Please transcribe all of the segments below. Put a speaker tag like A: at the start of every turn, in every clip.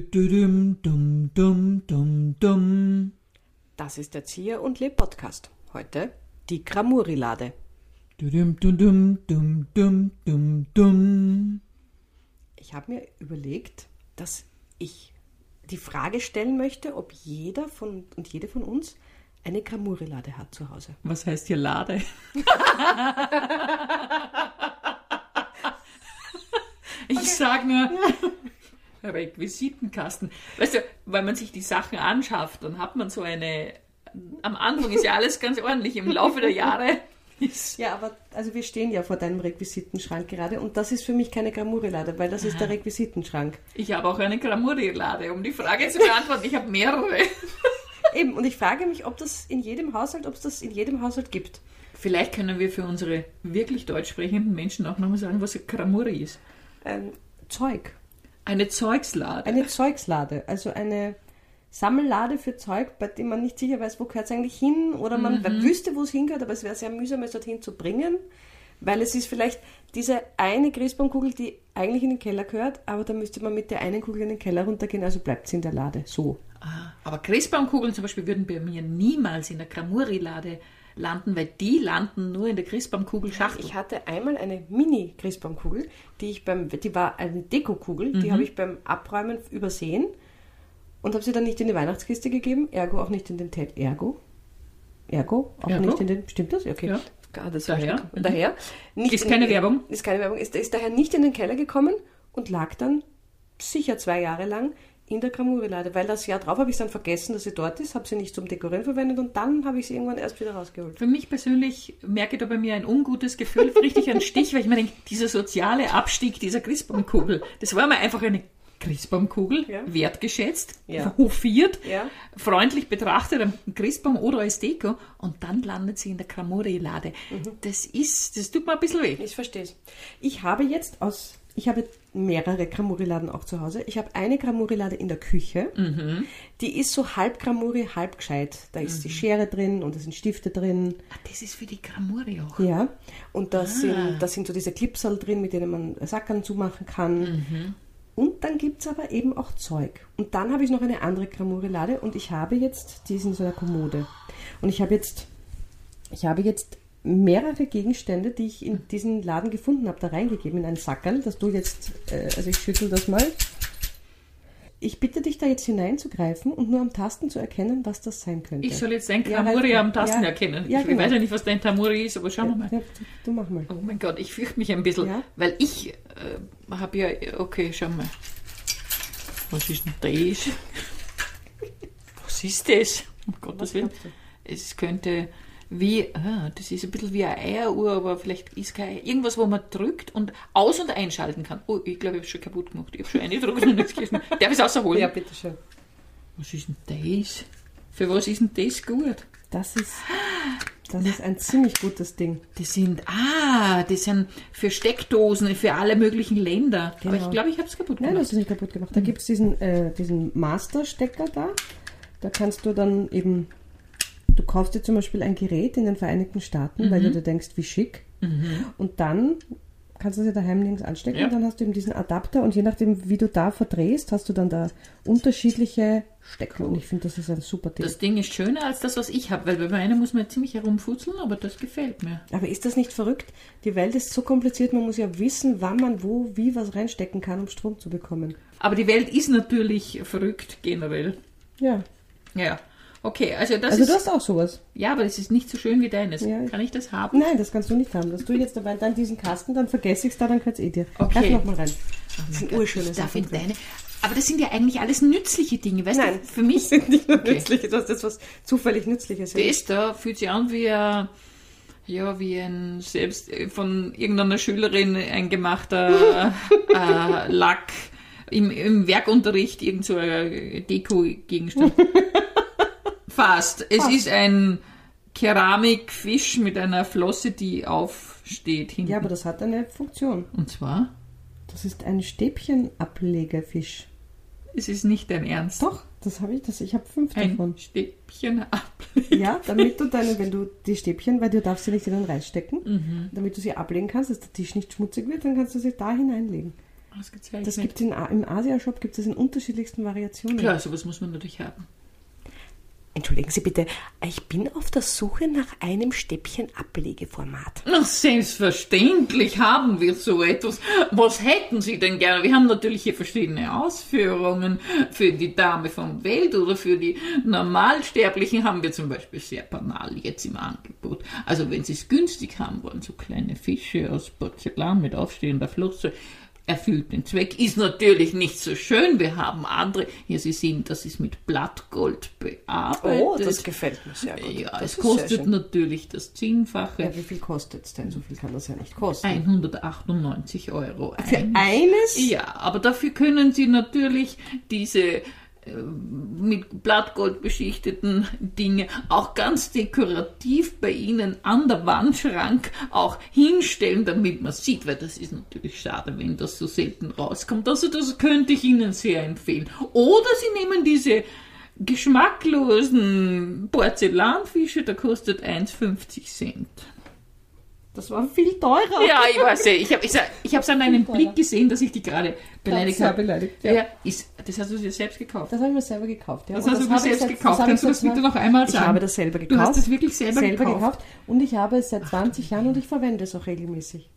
A: Dü-dü-dü-düm, dum, dum, dum, dum.
B: Das ist der Zier und Leb Podcast. Heute die Gramurilade.
A: Dü-düm, dü-düm, dum, dum, dum, dum.
B: Ich habe mir überlegt, dass ich die Frage stellen möchte, ob jeder von und jede von uns eine Gramurilade hat zu Hause.
C: Was heißt hier Lade? ich sag nur Requisitenkasten. Weißt du, weil man sich die Sachen anschafft, dann hat man so eine. Am Anfang ist ja alles ganz ordentlich, im Laufe der Jahre ist.
B: Ja, aber also wir stehen ja vor deinem Requisitenschrank gerade und das ist für mich keine Gramurilade, weil das ist der Requisitenschrank.
C: Ich habe auch eine Gramurilade, um die Frage zu beantworten. Ich habe mehrere.
B: Eben, und ich frage mich, ob das in jedem Haushalt, ob es das in jedem Haushalt gibt.
C: Vielleicht können wir für unsere wirklich deutsch sprechenden Menschen auch nochmal sagen, was Gramuri ist.
B: Ähm, Zeug.
C: Eine Zeugslade.
B: Eine Zeugslade, also eine Sammellade für Zeug, bei dem man nicht sicher weiß, wo gehört es eigentlich hin oder man wüsste, wo es hingehört, aber es wäre sehr mühsam, es dorthin zu bringen, weil es ist vielleicht diese eine Christbaumkugel, die eigentlich in den Keller gehört, aber da müsste man mit der einen Kugel in den Keller runtergehen, also bleibt sie in der Lade. So.
C: Ah, aber Christbaumkugeln zum Beispiel würden bei mir niemals in der Gramuri-Lade landen, weil die landen nur in der Christbaumkugelschachtel.
B: Ich hatte einmal eine Mini-Christbaumkugel, die ich beim, die war eine Dekokugel,
C: Mhm.
B: die habe ich beim Abräumen übersehen und habe sie dann nicht in die Weihnachtskiste gegeben, ergo auch nicht in den Ted, ergo, ergo auch
C: Ergo?
B: nicht in den, stimmt das? Okay.
C: Ja.
B: Ah, das
C: Daher. Mhm.
B: daher. daher nicht
C: Ist keine
B: in,
C: Werbung.
B: Ist keine Werbung. Ist, ist daher nicht in den Keller gekommen und lag dann sicher zwei Jahre lang in der Gramurilade, weil das Jahr drauf habe ich dann vergessen, dass sie dort ist, habe sie nicht zum Dekorieren verwendet und dann habe ich sie irgendwann erst wieder rausgeholt.
C: Für mich persönlich merke ich da bei mir ein ungutes Gefühl, richtig einen Stich, weil ich mir denke, dieser soziale Abstieg dieser Christbaumkugel, das war mal einfach eine Christbaumkugel,
B: Ja.
C: wertgeschätzt,
B: Ja.
C: hofiert,
B: Ja.
C: freundlich betrachtet am Christbaum oder als Deko und dann landet sie in der Kramore-Lade. Das ist, das tut mir ein bisschen weh.
B: Ich verstehe es. Ich habe jetzt aus, ich habe mehrere Gramuriladen auch zu Hause. Ich habe eine Gramurilade in der Küche. Die ist so halb Gramuri, halb gescheit. Da ist die Schere drin und da sind Stifte drin.
C: Ah, Das ist für die Kramore auch.
B: Ja, und da,
C: Ah.
B: sind, da sind so diese Clipsal drin, mit denen man Sackern zumachen kann.
C: Mhm.
B: Und dann gibt es aber eben auch Zeug. Und dann habe ich noch eine andere Gramurilade und ich habe jetzt, die ist in so einer Kommode. Und ich habe jetzt, ich habe jetzt mehrere Gegenstände, die ich in diesen Laden gefunden habe, da reingegeben in einen Sackerl, dass du jetzt, äh, also ich schüttel das mal. Ich bitte dich da jetzt hineinzugreifen und nur am Tasten zu erkennen, was das sein könnte.
C: Ich soll jetzt dein
B: Ja, halt-
C: Kramori am Tasten
B: ja,
C: erkennen.
B: ja,
C: ich
B: genau.
C: weiß ja nicht, was dein Tamori ist, aber schauen wir mal.
B: ja, du mach mal.
C: Oh mein Gott, ich fürchte mich ein bisschen,
B: Ja?
C: weil ich äh, habe ja, okay, schau mal. Was ist denn das? Was ist das? Um Gottes Willen. Es könnte wie, ah, das ist ein bisschen wie eine Eieruhr, aber vielleicht ist kein, irgendwas, wo man drückt und aus- und einschalten kann. Oh, ich glaube, ich habe schon kaputt gemacht. Ich habe schon eine drücken und nichts gerissen. Darf ich es rausholen?
B: Oh Ja, bitteschön.
C: Was ist denn das? Für was ist denn das gut?
B: Das ist, das ist ein ziemlich gutes Ding.
C: Das sind, ah, das sind für Steckdosen für alle möglichen Länder. Aber
B: Genau.
C: ich glaube, ich habe es kaputt
B: Nein,
C: gemacht.
B: du hast es nicht kaputt
C: Hm.
B: gemacht. Da gibt es diesen, äh, diesen Master-Stecker da. Da kannst du dann eben, du kaufst dir zum Beispiel ein Gerät in den Vereinigten Staaten, weil
C: Mhm.
B: du dir denkst, wie schick. Und dann kannst du es ja daheim links anstecken
C: Ja.
B: und dann hast du eben diesen Adapter und je nachdem, wie du da verdrehst, hast du dann da unterschiedliche Stecker. Und ich finde, das ist ein super Ding.
C: Das Ding ist schöner als das, was ich habe, weil bei meiner muss man ja ziemlich herumfutzeln, aber das gefällt mir.
B: aber ist das nicht verrückt? Die Welt ist so kompliziert, man muss ja wissen, wann man wo, wie was reinstecken kann, um Strom zu bekommen.
C: Aber die Welt ist natürlich verrückt generell.
B: Ja.
C: Ja. Okay, also das
B: Also
C: ist.
B: du hast auch sowas.
C: ja, aber das ist nicht so schön wie deines.
B: Ja. Hm.
C: Kann ich das haben?
B: Nein, das kannst du nicht haben. Dass du jetzt dabei dann diesen Kasten, dann vergesse ich es da, dann kannst eh dir.
C: Okay.
B: Greif nochmal rein. das sind urschöne
C: Ich darf
B: Sachen.
C: in deine. Aber das sind ja eigentlich alles nützliche Dinge, weißt
B: Nein.
C: du? Für mich.
B: sind nicht nur
C: Okay.
B: nützliches, das ist was zufällig nützliches. ist.
C: Das da fühlt sich an wie ein, ja, wie ein selbst äh, von irgendeiner Schülerin eingemachter äh, Lack im, im Werkunterricht irgend so ein Deko-Gegenstand. Fast. Es ist ein Keramikfisch mit einer Flosse, die aufsteht hinten.
B: Ja, aber das hat eine Funktion.
C: Und zwar,
B: Das ist ein Stäbchenablegerfisch.
C: es ist nicht dein Ernst.
B: Doch, das habe ich, das, ich habe fünf
C: Ein
B: davon.
C: Stäbchen ah, ab.
B: Ja, damit du deine, wenn du die Stäbchen, weil du darfst sie
C: Mhm.
B: nicht in den Reis stecken, damit du sie ablegen kannst, dass der Tisch nicht schmutzig wird, dann kannst du sie da hineinlegen.
C: ausgezeichnet.
B: Das gibt in, A- im Asia-Shop gibt es in unterschiedlichsten Variationen.
C: Klar, sowas muss man natürlich haben.
B: Entschuldigen Sie bitte, ich bin auf der Suche nach einem Stäbchen Ablegeformat.
C: Na, selbstverständlich haben wir so etwas. Was hätten Sie denn gerne? Wir haben natürlich hier verschiedene Ausführungen. Für die Dame vom Welt oder für die Normalsterblichen haben wir zum Beispiel sehr banal jetzt im Angebot. Also wenn Sie es günstig haben wollen, so kleine Fische aus Porzellan mit aufstehender Flosse, erfüllt den Zweck, ist natürlich nicht so schön. Wir haben andere. Hier, Sie sehen, das ist mit Blattgold bearbeitet.
B: gefällt mir sehr
C: Ja,
B: Oh, Das
C: es
B: ist sehr
C: kostet
B: schön.
C: natürlich das Zehnfache.
B: Ja, wie viel kostet es denn? So viel kann das ja nicht kosten.
C: 198 Euro.
B: Für eines?
C: Ja, aber dafür können Sie natürlich diese äh, mit Blattgold beschichteten Dinge auch ganz dekorativ bei Ihnen an der Wandschrank auch hinstellen, damit man sieht, weil das ist natürlich schade, wenn das so selten rauskommt. Also das könnte ich Ihnen sehr empfehlen. Oder Sie nehmen diese geschmacklosen Porzellanfische, da kostet 1,50 Cent.
B: Das war viel teurer.
C: Ja, ich weiß ja. Ich habe es ich sag- ich hab's an deinem Blick gesehen, dass ich dich gerade beleidigt habe.
B: beleidigt.
C: Ja, ist, das hast du dir selbst gekauft.
B: Das habe ich mir selber gekauft. Ja.
C: Das
B: Und
C: hast du
B: habe
C: dir
B: ich
C: selbst
B: seit-
C: gekauft.
B: habe
C: Kannst du
B: ich
C: das
B: seit
C: bitte noch einmal
B: Ich
C: sagen?
B: habe das selber
C: Du hast
B: gekauft.
C: das wirklich selber,
B: selber gekauft.
C: gekauft.
B: und ich habe es seit 20 Jahren und ich verwende es auch regelmäßig,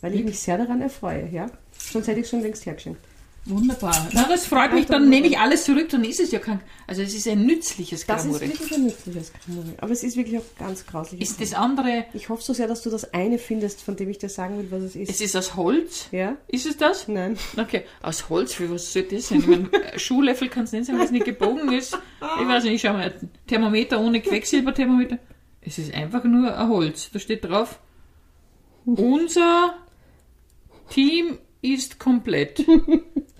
B: weil ich mich sehr daran erfreue. Ja? Sonst hätte ich es schon längst hergeschenkt.
C: Wunderbar. Na, das freut mich. Dann nehme ich alles zurück. Dann ist es ja kein... Also es ist ein nützliches
B: Das
C: Glamourin.
B: ist wirklich ein nützliches Kramuri. Aber es ist wirklich auch ganz grauslich.
C: Ist das andere...
B: ich hoffe so sehr, dass du das eine findest, von dem ich dir sagen will, was es ist.
C: Es ist aus Holz?
B: ja?
C: Ist es das?
B: Nein.
C: Okay, aus Holz, für was soll das sein? Ich mein, äh, Schuhlöffel kann es nicht sein, weil es nicht gebogen ist. Ich weiß nicht, schau mal, ein Thermometer ohne Quecksilberthermometer. Es ist einfach nur ein Holz. Da steht drauf, unser Team ist komplett.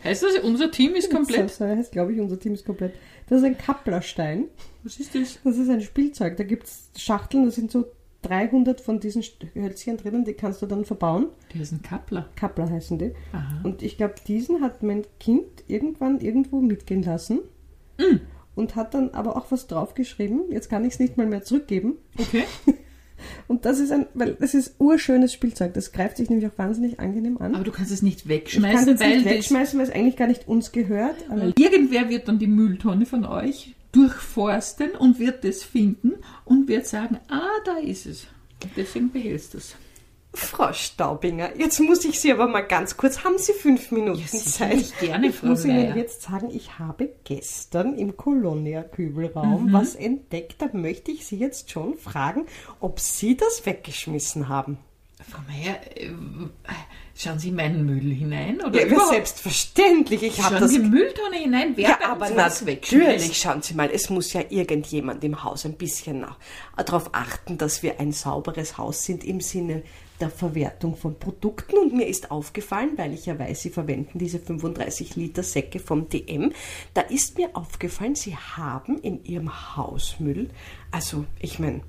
C: Heißt das, unser Team ist komplett?
B: Das heißt, glaube ich, unser Team ist komplett. Das ist ein Kapplerstein.
C: Was ist das?
B: Das ist ein Spielzeug. Da gibt es Schachteln, da sind so 300 von diesen St- Hölzchen drinnen, die kannst du dann verbauen.
C: Der ist ein Kappler.
B: Kappler heißen die.
C: Aha.
B: Und ich glaube, diesen hat mein Kind irgendwann irgendwo mitgehen lassen.
C: Mm.
B: Und hat dann aber auch was draufgeschrieben. Jetzt kann ich es nicht mal mehr zurückgeben.
C: Okay.
B: Und das ist ein, weil das ist urschönes Spielzeug. Das greift sich nämlich auch wahnsinnig angenehm an.
C: Aber du kannst es nicht
B: ich kann es
C: wegschmeißen,
B: jetzt
C: weil
B: nicht
C: das
B: wegschmeißen, weil es eigentlich gar nicht uns gehört. Aber
C: Weil irgendwer wird dann die Mülltonne von euch durchforsten und wird das finden und wird sagen, ah, da ist es. Und Deswegen behältst du es.
B: Frau Staubinger, jetzt muss ich Sie aber mal ganz kurz, haben Sie fünf Minuten Zeit?
C: sicherlich, gerne,
B: ich
C: Frau
B: muss Ihnen
C: Leier.
B: jetzt sagen, ich habe gestern im Kolonia-Kübelraum
C: Mhm.
B: was entdeckt. Da möchte ich Sie jetzt schon fragen, ob Sie das weggeschmissen haben.
C: Frau Meier, äh, schauen Sie in meinen Müll hinein? Oder
B: Ja, aber
C: überhaupt?
B: selbstverständlich, ich habe
C: Schauen
B: das...
C: Sie in die Mülltonne hinein? Wer
B: Ja,
C: bei
B: aber
C: uns was
B: natürlich,
C: wegschmeißt?
B: schauen Sie mal, es muss ja irgendjemand im Haus ein bisschen nach, äh, darauf achten, dass wir ein sauberes Haus sind im Sinne der Verwertung von Produkten. Und mir ist aufgefallen, weil ich ja weiß, Sie verwenden diese 35 Liter Säcke vom DM, da ist mir aufgefallen, Sie haben in Ihrem Hausmüll, also ich meine,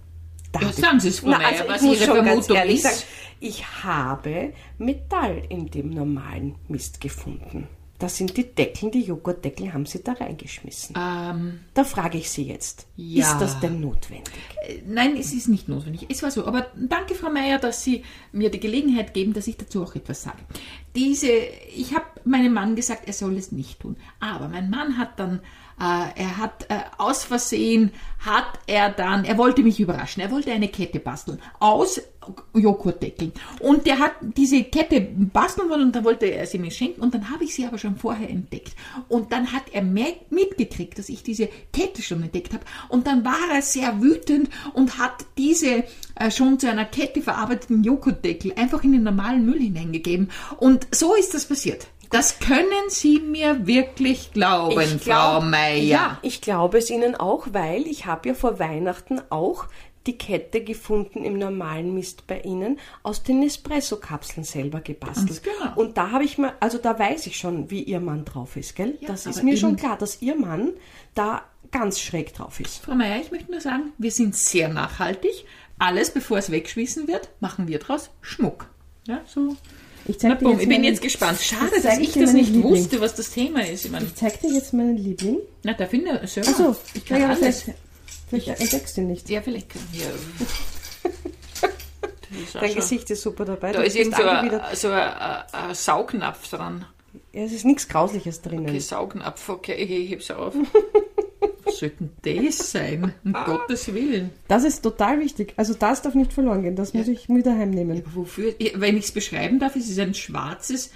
B: da
C: Ja,
B: hab ich-
C: sagen Sie es, Frau
B: Na,
C: Meier,
B: also ich
C: was
B: muss
C: Ihre
B: schon ganz
C: Vermutung
B: ehrlich
C: ist.
B: sagen, ich habe Metall in dem normalen Mist gefunden. Das sind die Deckel, die Joghurtdeckel haben sie da reingeschmissen.
C: Ähm,
B: Da frage ich Sie jetzt,
C: Ja.
B: ist das denn notwendig?
C: äh, nein, es ist nicht notwendig. Es war so. Aber danke, Frau Meier, dass Sie mir die Gelegenheit geben, dass ich dazu auch etwas sage. Diese, ich habe meinem Mann gesagt, er soll es nicht tun. Aber mein Mann hat dann, äh, er hat äh, aus Versehen, hat er dann, er wollte mich überraschen, er wollte eine Kette basteln aus Joghurtdeckeln. Und der hat diese Kette basteln wollen und dann wollte er sie mir schenken und dann habe ich sie aber schon vorher entdeckt. Und dann hat er mer- mitgekriegt, dass ich diese Kette schon entdeckt habe und dann war er sehr wütend und hat diese äh, schon zu einer Kette verarbeiteten Joghurtdeckel einfach in den normalen Müll hineingegeben. Und so ist das passiert. Das können Sie mir wirklich glauben,
B: Ich
C: Frau
B: glaub-
C: Meier.
B: Ja, ich glaube es Ihnen auch, weil ich habe ja vor Weihnachten auch die Kette gefunden im normalen Mist bei Ihnen aus den Nespresso-Kapseln selber gebastelt.
C: Ganz genau.
B: Und da habe ich mir, also da weiß ich schon, wie Ihr Mann drauf ist, gell?
C: Ja,
B: das ist
C: aber
B: mir schon
C: eben-
B: klar, dass Ihr Mann da ganz schräg drauf ist.
C: Frau Meier, ich möchte nur sagen, wir sind sehr nachhaltig. Alles, bevor es wegschmissen wird, machen wir draus Schmuck. Ja, so.
B: Ich
C: Na,
B: zeig dir
C: bumm,
B: jetzt
C: ich bin
B: meinen-
C: jetzt gespannt. Schade,
B: Ich zeig
C: dass
B: dir
C: ich das
B: meinen
C: nicht
B: Liebling.
C: wusste, was das Thema ist. Ich meine,
B: Ich zeig dir jetzt meinen Liebling.
C: na, da finde ich selber.
B: Achso,
C: ich kann
B: ja,
C: alles.
B: vielleicht, vielleicht entdeckst du ihn nicht.
C: Ja, vielleicht kann ich. Ja. Das ist auch
B: Dein
C: schon-
B: Gesicht ist super dabei.
C: Da
B: du
C: ist
B: bist
C: irgend so ein,
B: angewidert.
C: so ein, ein Saugnapf dran.
B: Ja, es ist nichts Grausliches drinnen.
C: Okay, Saugnapf, okay, ich heb's auf. Was soll denn das sein? Um
B: Ah.
C: Gottes Willen.
B: Das ist total wichtig. Also das darf nicht verloren gehen. Das muss ich mit daheim nehmen.
C: Wofür, wenn ich es beschreiben darf, es ist ein schwarzes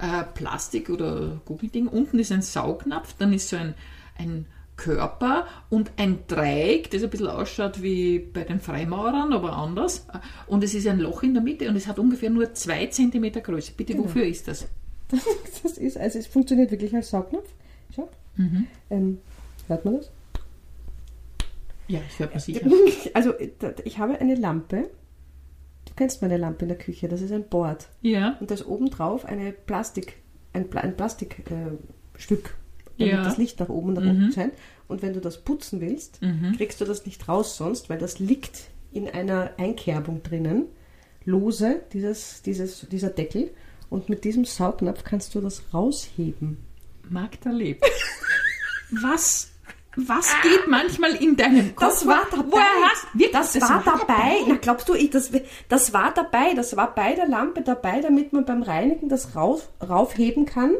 C: äh, Plastik- oder Gummiding. Unten ist ein Saugnapf, dann ist so ein, ein Körper und ein Dreieck, das ein bisschen ausschaut wie bei den Freimaurern, aber anders. Und es ist ein Loch in der Mitte und es hat ungefähr nur zwei Zentimeter Größe. Bitte,
B: Genau.
C: wofür ist das?
B: Das ist, also es funktioniert wirklich als Saugnapf. Schaut. Ähm, hört man das?
C: Ja, ich höre mir sicher.
B: Also da- ich habe eine Lampe. Du kennst meine Lampe in der Küche. Das ist ein Board.
C: Ja,
B: Und da ist obendrauf eine Plastik, ein, Pla ein Plastikstück, äh, Stück, damit
C: Ja. Mhm.
B: das Licht nach oben und nach unten scheint. Und wenn du das putzen willst, kriegst du das nicht raus sonst, weil das liegt in einer Einkerbung drinnen, lose, dieses, dieses, dieser Deckel. Und mit diesem Saugnapf kannst du das rausheben.
C: Magda lebt. Was? Was geht manchmal in deinem Kopf?
B: Das war dabei.
C: Woher hast, wirklich,
B: das, war dabei. Na, glaubst du, ich, das, das war dabei. Das war bei der Lampe dabei, damit man beim Reinigen das rauf, raufheben kann.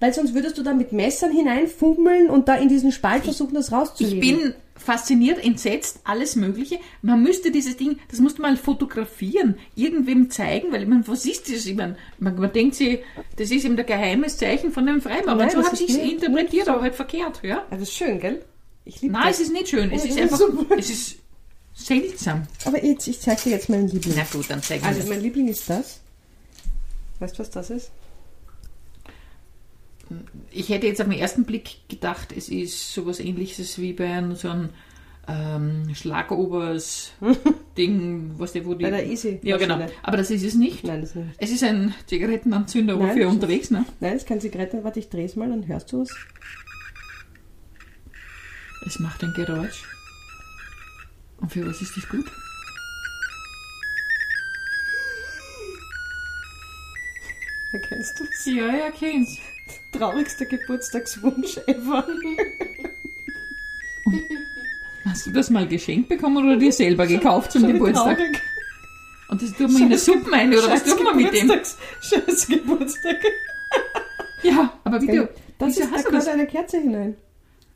B: Weil sonst würdest du da mit Messern hineinfummeln und da in diesen Spalt versuchen, das
C: Ich
B: rauszuheben.
C: bin fasziniert, entsetzt, alles Mögliche. Man müsste dieses Ding, das musste man fotografieren, irgendwem zeigen, weil man, was ist das? Ich mein, man, man denkt sich, das ist eben der geheimes Zeichen von einem Freimaurer.
B: Nein,
C: So
B: das
C: habe
B: ist
C: ich es
B: nicht-
C: interpretiert, aber halt verkehrt. Ja?
B: Also, das ist schön, gell? Ich liebe
C: Nein, es
B: das.
C: ist nicht schön. Es
B: Ja,
C: ist
B: das ist
C: einfach,
B: super.
C: es ist seltsam.
B: Aber jetzt, ich zeige dir jetzt meinen Liebling.
C: Na gut, dann zeigen wir
B: Also,
C: das.
B: mein Liebling ist das. Weißt du, was das ist?
C: Ich hätte jetzt auf den ersten Blick gedacht, es ist sowas ähnliches wie bei einem, so einem ähm, Schlagobers-Ding, was der wo die.
B: Bei der E- Easy.
C: ja, genau. Aber das ist es nicht.
B: Nein, das nicht.
C: Es ist ein Zigarettenanzünder
B: Nein,
C: wofür
B: das ist-
C: unterwegs, ne?
B: Nein, das ist keine Zigarette. Warte, ich drehe es mal, dann hörst du es.
C: Es macht ein Geräusch. Und für was ist das gut?
B: Erkennst du es?
C: Ja, ja, kenn's.
B: Traurigster Geburtstagswunsch ever.
C: Hast du das mal geschenkt bekommen oder dir selber gekauft zum
B: Schon
C: Geburtstag?
B: traurig.
C: Und das tut man in der Suppe ein, oder was
B: Scheiß
C: tut man mit dem?
B: Geburtstags- Scheiß Geburtstag.
C: Ja, aber bitte.
B: Das
C: wieso
B: ist, da
C: hast du
B: kommt
C: das? Oh.
B: eine Kerze hinein.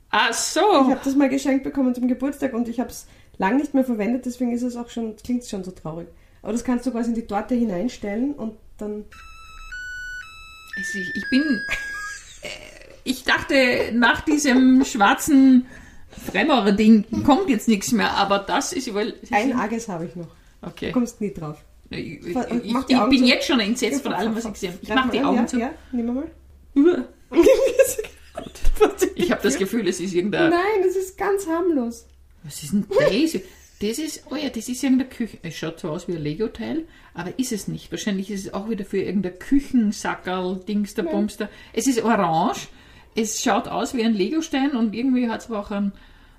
C: Ach
B: Ich
C: so.
B: habe das mal geschenkt bekommen zum Geburtstag und ich habe es lang nicht mehr verwendet, deswegen ist es auch schon, klingt schon so traurig. Aber das kannst du quasi in die Torte hineinstellen und dann.
C: Ich, ich bin. äh, Ich dachte, nach diesem schwarzen Freimaurer-Ding kommt jetzt nichts mehr, aber das ist wohl.
B: Ein Arges habe ich noch.
C: Okay.
B: Du kommst nie drauf.
C: Ich, ich,
B: Mach die
C: ich, ich
B: Augen
C: bin
B: zu.
C: jetzt schon entsetzt von allem, was ich gesehen habe. Ich mache die
B: Ja,
C: Augen
B: ja,
C: zu.
B: Ja, nimm mal.
C: Uah. Ich habe das Gefühl, es ist irgendein.
B: Nein, es ist ganz harmlos.
C: Was ist denn das? Das ist, oh ja, das ist irgendeine Küche. Es schaut zwar aus wie ein Lego-Teil, aber ist es nicht. Wahrscheinlich ist es auch wieder für irgendein Küchensackerl, Dings, der Bumster. Es ist orange. Es schaut aus wie ein Legostein und irgendwie hat es aber auch einen,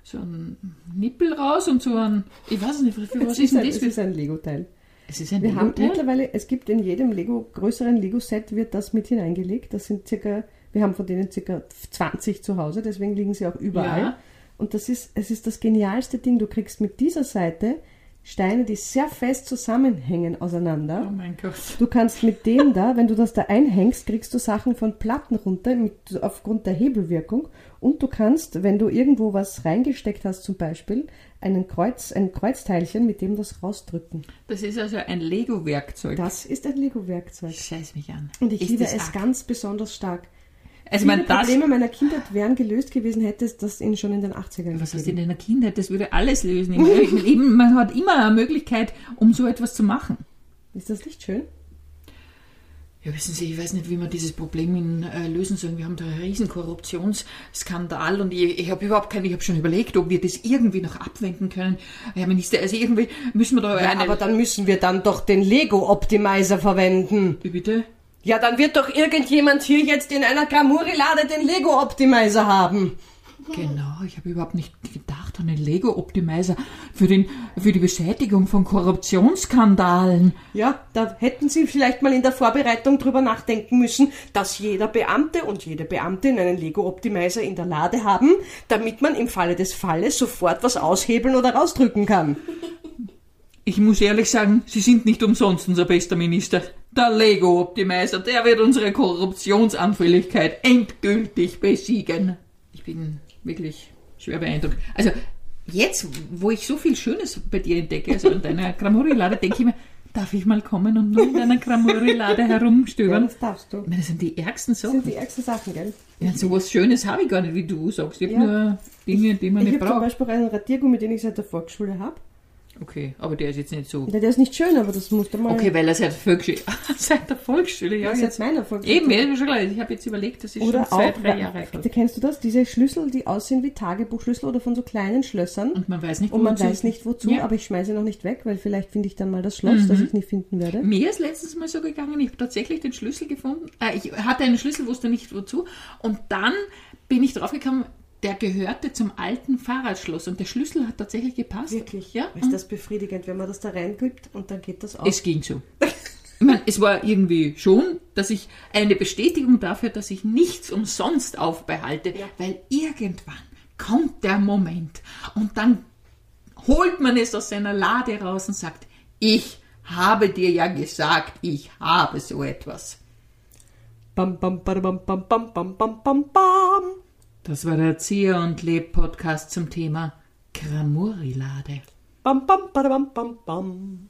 C: so einen Nippel raus und so ein. Ich weiß es nicht, für was
B: Es
C: ist denn
B: ein,
C: das?
B: es
C: für-
B: ist ein Lego-Teil.
C: Es ist ein
B: Wir haben
C: Lego-Teil?
B: mittlerweile, es gibt in jedem Lego, größeren Lego-Set wird das mit hineingelegt. Das sind circa, wir haben von denen circa 20 zu Hause, deswegen liegen sie auch überall.
C: Ja.
B: Und das ist, es ist das genialste Ding. Du kriegst mit dieser Seite Steine, die sehr fest zusammenhängen
C: Oh
B: auseinander.
C: mein Gott.
B: Du kannst mit dem da, wenn du das da einhängst, kriegst du Sachen von Platten runter mit, aufgrund der Hebelwirkung. Und du kannst, wenn du irgendwo was reingesteckt hast, zum Beispiel, einen Kreuz, ein Kreuzteilchen mit dem das rausdrücken.
C: Das ist also ein Lego-Werkzeug.
B: Das ist ein Lego-Werkzeug.
C: Scheiß mich an.
B: Und ich
C: Ist
B: liebe
C: das
B: es
C: arg?
B: ganz besonders stark.
C: Also, ich
B: Viele
C: meine, das
B: Probleme meiner Kindheit wären gelöst gewesen, hätte es das in, schon in den 80ern
C: Was hast du
B: gegeben.
C: in deiner Kindheit? Das würde alles lösen. Ich meine, ich- eben, man hat immer eine Möglichkeit, um so etwas zu machen.
B: Ist das nicht schön?
C: Ja, wissen Sie, ich weiß nicht, wie man dieses Problem in, äh, lösen soll. Wir haben da einen riesen Korruptionsskandal und ich, ich habe überhaupt keine, ich habe schon überlegt, ob wir das irgendwie noch abwenden können. Herr Minister, also irgendwie müssen wir da eine...
B: dann müssen wir dann doch den Lego-Optimizer verwenden.
C: Wie bitte?
B: Ja, dann wird doch irgendjemand hier jetzt in einer Gramurilade den Lego-Optimizer haben.
C: Genau, ich habe überhaupt nicht gedacht an den Lego-Optimizer für, den, für die Beseitigung von Korruptionsskandalen.
B: Ja, da hätten Sie vielleicht mal in der Vorbereitung drüber nachdenken müssen, dass jeder Beamte und jede Beamtin einen Lego-Optimizer in der Lade haben, damit man im Falle des Falles sofort was aushebeln oder rausdrücken kann.
C: Ich muss ehrlich sagen, Sie sind nicht umsonst unser bester Minister. Der Lego Optimizer, der wird unsere Korruptionsanfälligkeit endgültig besiegen. Ich bin wirklich schwer beeindruckt. Also jetzt, wo ich so viel Schönes bei dir entdecke, also in deiner Gramurillade, denke ich mir, darf ich mal kommen und nur in deiner Gramurillade
B: Ja,
C: herumstöbern?
B: das darfst du.
C: Ich meine, das sind die ärgsten
B: Das
C: Sachen.
B: sind die ärgsten Sachen, gell?
C: Ja, so was Schönes habe ich gar nicht, wie du sagst. Ich habe
B: Ja.
C: nur Dinge, die man
B: ich
C: nicht
B: habe zum
C: braucht.
B: Beispiel einen Radiergummi, den ich seit der Volksschule habe.
C: Okay, aber der ist jetzt nicht so.
B: Der ist nicht schön, aber das musst du mal.
C: Okay, weil er seit, Volksschule, seit der Volksschule, ja,
B: das ist
C: jetzt.
B: jetzt meiner Volksschule.
C: Eben, ja, schon klar. Ich habe jetzt überlegt, das ist
B: Oder
C: schon zwei,
B: auch,
C: drei Jahre alt.
B: kennst du das? Diese Schlüssel, die aussehen wie Tagebuchschlüssel oder von so kleinen Schlössern.
C: Und man weiß nicht,
B: Und man
C: wozu-
B: weiß nicht wozu,
C: Ja.
B: aber ich schmeiße noch nicht weg, weil vielleicht finde ich dann mal das Schloss, das ich nicht finden werde.
C: Mir ist letztes Mal so gegangen, ich habe tatsächlich den Schlüssel gefunden. Äh, ich hatte einen Schlüssel, wusste nicht wozu. Und dann bin ich draufgekommen, der gehörte zum alten Fahrradschloss. Und der Schlüssel hat tatsächlich gepasst. Ja.
B: Ist das befriedigend, wenn man das da reingibt und dann geht das auf?
C: Es ging so. Ich meine, es war irgendwie schon, dass ich eine Bestätigung dafür, dass ich nichts umsonst aufbehalte, weil irgendwann kommt der Moment und dann holt man es aus seiner Lade raus und sagt, ich habe dir ja gesagt, ich habe so etwas.
B: Bam, bam, badabam, bam, bam, bam, bam, bam, bam.
C: Das war der Zier und Leb Podcast zum Thema Gramurilade.
B: Bam, bam, badabam, bam, bam.